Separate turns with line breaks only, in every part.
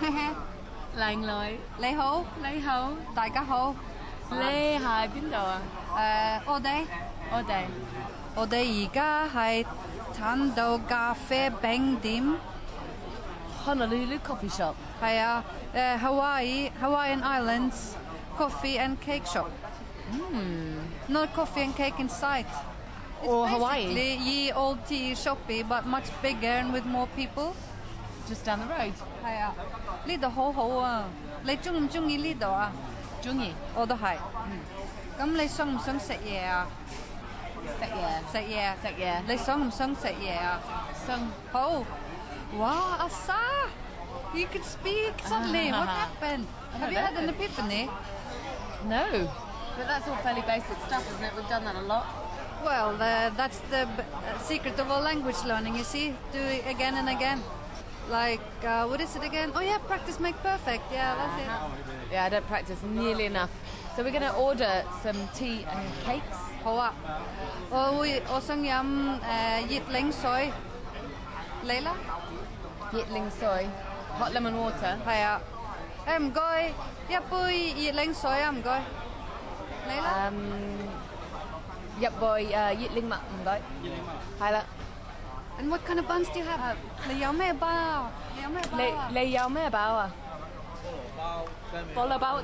ha
靚女，
你好
你好，
大家好
你係邊度啊？
誒、我哋
我哋
我哋而家係產到咖啡餅店
Honolulu Coffee Shop，
係啊誒、Hawaii ờ, Hawaiian Islands coffee and cake shop not coffee and cake inside
or Hawaii,
Basically, ye old tea shoppy but much bigger and with more people ờ,
just down the road。
係啊呢度好好啊你中唔中意呢度啊
中意
我都係咁你想唔想食嘢啊
食嘢，
食嘢
食嘢，
你想唔想食嘢啊
生
Oh, wow, Asa! You can speak suddenly. what happened?
Ah. I
Have
don't
you had
know.
an epiphany?
no。But that's all fairly basic stuff, isn't it? We've done that a lot.
Well, uh, that's the b- uh, secret of all language learning, you see. Do it again and again. Like, uh, what is it again? Oh, yeah, practice make perfect. Yeah, that's it.
Yeah, I don't practice nearly enough. So we're going to order some tea and cakes.
好啊，我會我想飲誒、呃、熱檸水，你啦，
Yitling soy, hot lemon water.
係啊，誒唔該，一杯熱檸水啊，唔該，你啦。
Um, Yep boy, uh, Yitling mật唔該。係啦，
And what kind of buns do you have? 你有咩包啊？你有咩包啊？
你你有咩包啊？菠蘿包，菠蘿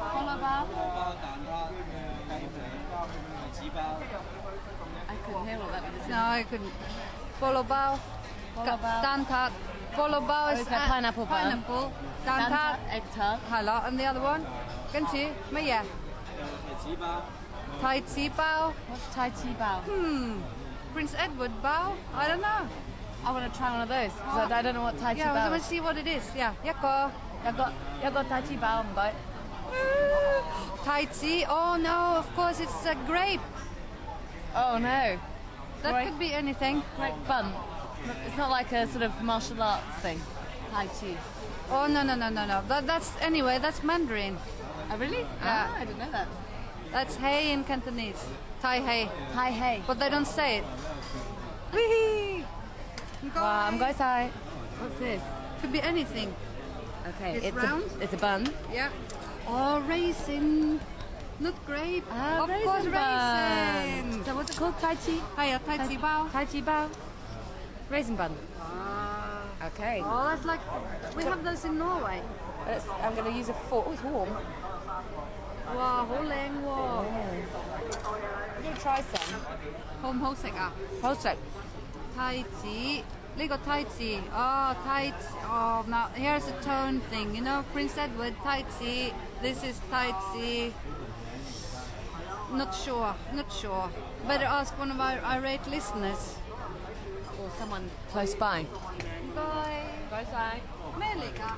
包。
菠蘿包。
I couldn't hear all that.
No, I couldn't. 菠蘿包。
蘿包
蛋撻。菠蘿包
Oh,
is
it's a pineapple bun.
pineapple。蛋撻
egg tart.
係啦，and the other one，跟住乜嘢？提子包。
What's Thai tea bao?
Hmm. Prince Edward 包，I don't know。
I want to try one of those. 'cause I don't know what Thai tea
Yeah, I
bao
want
is.
to see what it is. Yeah，一個
I've got, I've got Thai tea bao 唔該。
提子。Oh no, of course it's a grape.
Oh no,
That
Right.
could be anything.
great fun. It's not like a sort of martial arts thing. Thai tea.
Oh no no no no no. That, that's anyway. That's Mandarin.
Oh really?
Yeah.
Ah, I didn't know that.
That's hey in Cantonese. Thai hey.
Thai hey.
But they don't say it. Wee!
Wow, I'm going Thai. What's this?
Could be anything.
Okay,
It's
it's,
round?
a it's a bun.
Yeah. Or Oh, raisin. Not grape.
Ah,
of course, raisin.
So what's it called? Tai chi.
Hiya, tai chi bao.
Tai chi bao. Raisin bun. Ah. Okay.
Oh, that's like we have those in Norway.
Let's, I'm going to use a fork. Oh, it's warm.
Wow, hổ lang wow.
I'm going to try some.
好唔好食啊？
Hold it.
太子呢、個太子哦，太子哦，now Oh, here's a tone thing, you know, Prince Edward 太子，this is 太子。Not sure, not sure. Better ask one of our irate listeners.
Or someone close by.
唔該，
Close by.
咩嚟㗎？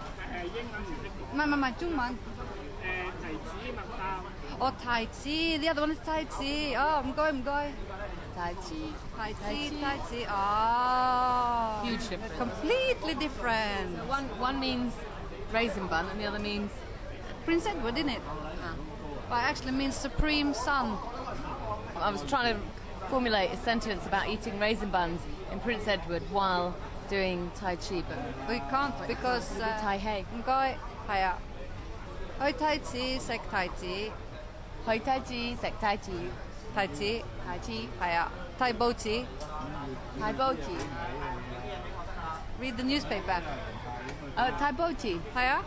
唔係唔係唔係，中文。哦，太子，呢一度啲太子，哦，唔該唔該。
Tai chi.
太子
Tai chi.
太子哦
Huge difference.
ah. completely different.
One, one means raisin bun and the other means
Prince Edward, didn't it?
Ah.
But it actually means supreme son.
I was trying to formulate a sentence about eating raisin buns in Prince Edward while doing Tai Chi, but
We can't because uh,
Maybe Tai Hei.
唔該係啊，去太子食太子，
Hoi Tai Chi, Sek Tai Chi,
太子
Tai Chi,
係啊，睇報紙
Tai Bo Chi.
read the newspaper
Oh, Tai Bo Chi.
係啊，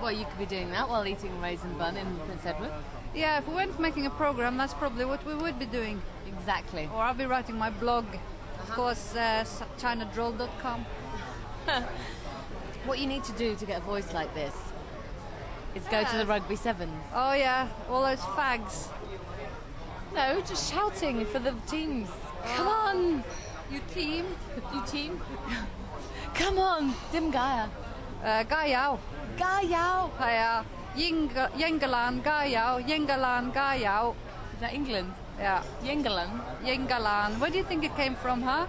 Well, you could be doing that while eating a raisin bun in Prince Edward.
yeah if we weren't making a program that's probably what we would be doing
Exactly.
or I'll be writing my blog
Uh-huh.
of course uh, chinadroll.com
What you need to do to get a voice like this is go to the
Yes.
rugby sevens.
oh yeah all those fags
No, just shouting for the teams. Come on,
you team
you Oh. team. Come on, Dim Gaia.
誒加油
Gaia.
係啊英格英格蘭加油英格蘭加油
Is that England?
呀
England.
英格蘭 where do you think it came from huh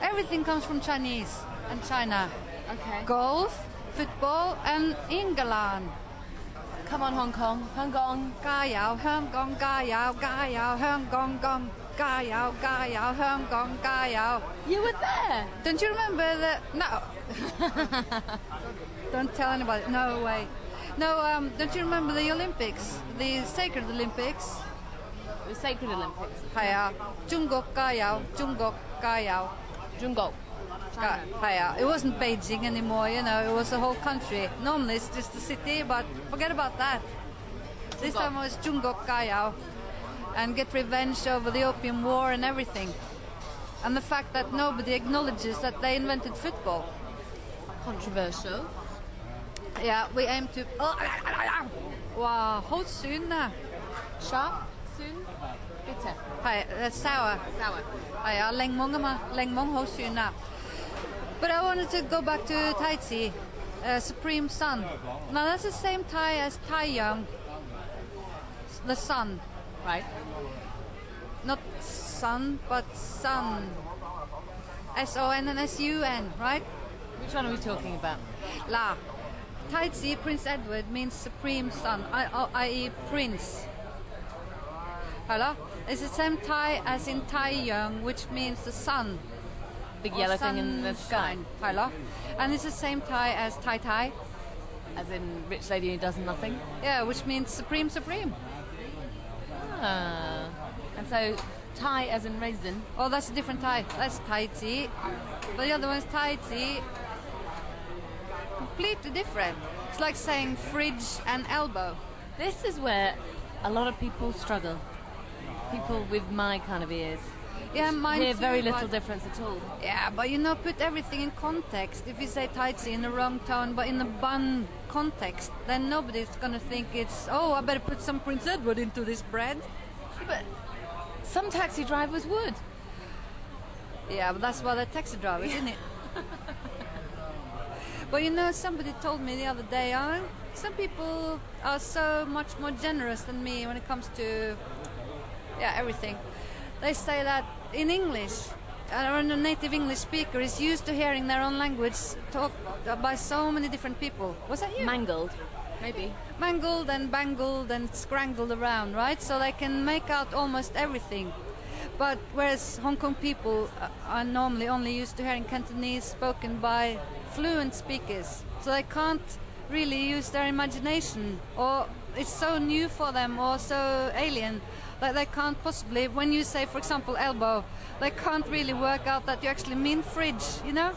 everything comes from Chinese and China
Okay.
golf football and 英格蘭
Come on, Hong Kong. Hong Kong.
加油香港加油加油香港咁 Gaiao, Gaiao, Hong Kong, Gaiao.
You were there.
Don't you remember the? No. don't tell anybody. No way. No. Um, don't you remember the Olympics, the Sacred Olympics?
The Sacred Olympics.
Hiya, Jungkook Gaiao, Jungkook Gaiao.
Jungkook.
Ga- Hiya. It wasn't Beijing anymore. You know, it was a whole country. Normally it's just a city, but forget about that. This
Jungkook.
time it was Jungkook Gaiao, and get revenge over the Opium War and everything, and the fact that nobody acknowledges that they invented football.
Controversial.
Yeah, we aim to. Oh, ah, Wow, hold soon now.
Sharp. Soon. Bitter.
Hi, that's uh, sour.
Sour.
Hi, uh, leng mong ama, leng mong hold soon now. But I wanted to go back to Tai Chi, uh, Supreme Sun. Now that's the same Thai as Tai Yang, the sun,
Right.
not sun, but sun. S O N and S U N, right?
Which one are we talking about?
La. Tai Chi Prince Edward means supreme son, i- o- i.e., prince. Hello? It's the same Thai as in Tai Yang, which means the sun.
Big
or
yellow thing in the sky.
sunshine. Hello? And it's the same Thai as Tai Tai,
As in rich lady who does nothing.
yeah, which means supreme, supreme.
Ah. And so Thai as in raisin.
Oh, that's a different Thai. That's Tai Chi. But the other one's Tai Chi. Completely different. It's like saying fridge and elbow.
This is where a lot of people struggle. People with my kind of ears.
Yeah, mine
Hear
too,
very little
but-
difference at all.
Yeah, but you know, put everything in context. If you say Tai Chi in the wrong tone, but in the bun context, then nobody's gonna think it's, oh, I better put some Prince Edward into this bread.
But some taxi drivers would.
Yeah, but that's why they're taxi drivers, isn't it? but you know, somebody told me the other day, oh, some people are so much more generous than me when it comes to, yeah, everything. They say that in English, or a native English speaker is used to hearing their own language talked by so many different people. Was that you?
Mangled, maybe.
mangled and bangled and scrangled around, right? So they can make out almost everything. But whereas Hong Kong people uh, are normally only used to hearing Cantonese spoken by fluent speakers, so they can't really use their imagination, or it's so new for them or so alien that they can't possibly, when you say, for example, elbow, they can't really work out that you actually mean fridge, you know?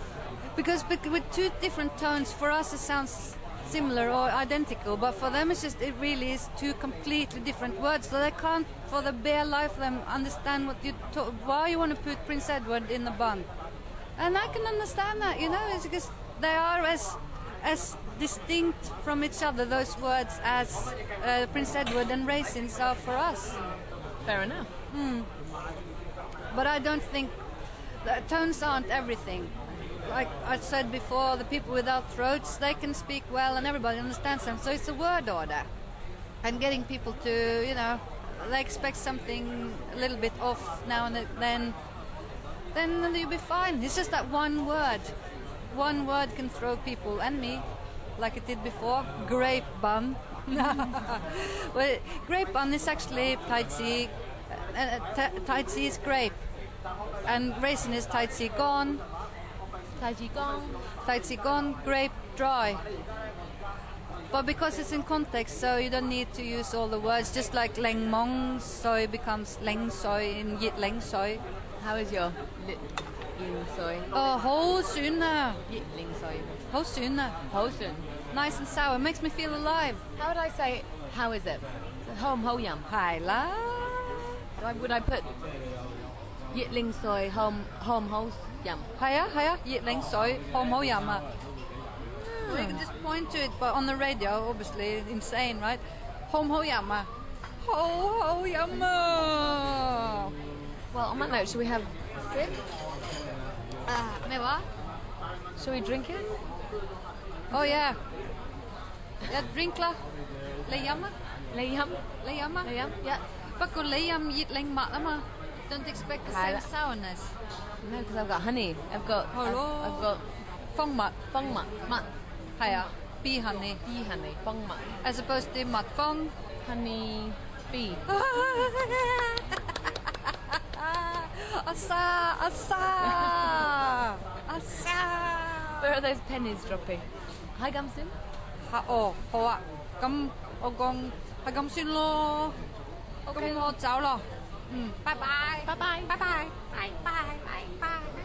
Because bec- with two different tones, for us it sounds similar or identical, but for them it's just it really is two completely different words. So they can't, for the bare life of them, understand what you talk, why you want to put Prince Edward in the bun. And I can understand that, you know, it's because they are as as distinct from each other those words as uh, Prince Edward and raisins are for us.
Fair enough.
But I don't think the tones aren't everything. Like I said before, the people without throats they can speak well and everybody understands them. So it's a word order, and getting people to you know they expect something a little bit off now and then, then you'll be fine. It's just that one word, one word can throw people and me, like it did before. Grape bun. well, grape bun is actually Tai Chi. Uh, uh, ta- tai Chi is grape, and raisin is Tai Chi gone.
Tai Chi Gong.
Tai Chi gone, grape dry. But because it's in context, so you don't need to use all the words. Just like leng mong soy becomes leng soy in yit leng soy.
How is your li- ling soy?
Oh, ho suna,
Yi- Ling soy.
ho suna.
Hosen.
Nice and sour, makes me feel alive.
How would I say, how is it? Home ho yum.
Hai la.
Why would I put Yitling soy home home ho yum?
Hiya, hiya, yit leng soy, hom ho yama. Or you can just point to it, but on the radio, obviously, insane, right? Hom ho yama. Ho ho yama.
Well, on that note, should we have sip?
Ah, med vad?
Shall we drink it?
Oh yeah. Jag drinkla. Lejamma.
Lay yum,
Lejamma.
lay yum. Yeah.
Fuck och lejam gitt läng matlamma. Don't expect the same
Här.
sourness.
No, because I've got honey. I've got I've,
Hello.
I've got
Fångmat.
feng mat mat
Här ja. Bee honey.
bee honey feng mat
As opposed to matfång.
honey bee.
Asa, asa, asa.
Where are those pennies dropping? Hi, Gamsun.
Hả, ồ, hổ ạ. Cấm, ô con, hãy cấm xin lô. Cấm ô cháu lô. Ừ, bye bye.
Bye bye.
Bye bye. Bye bye. Bye bye.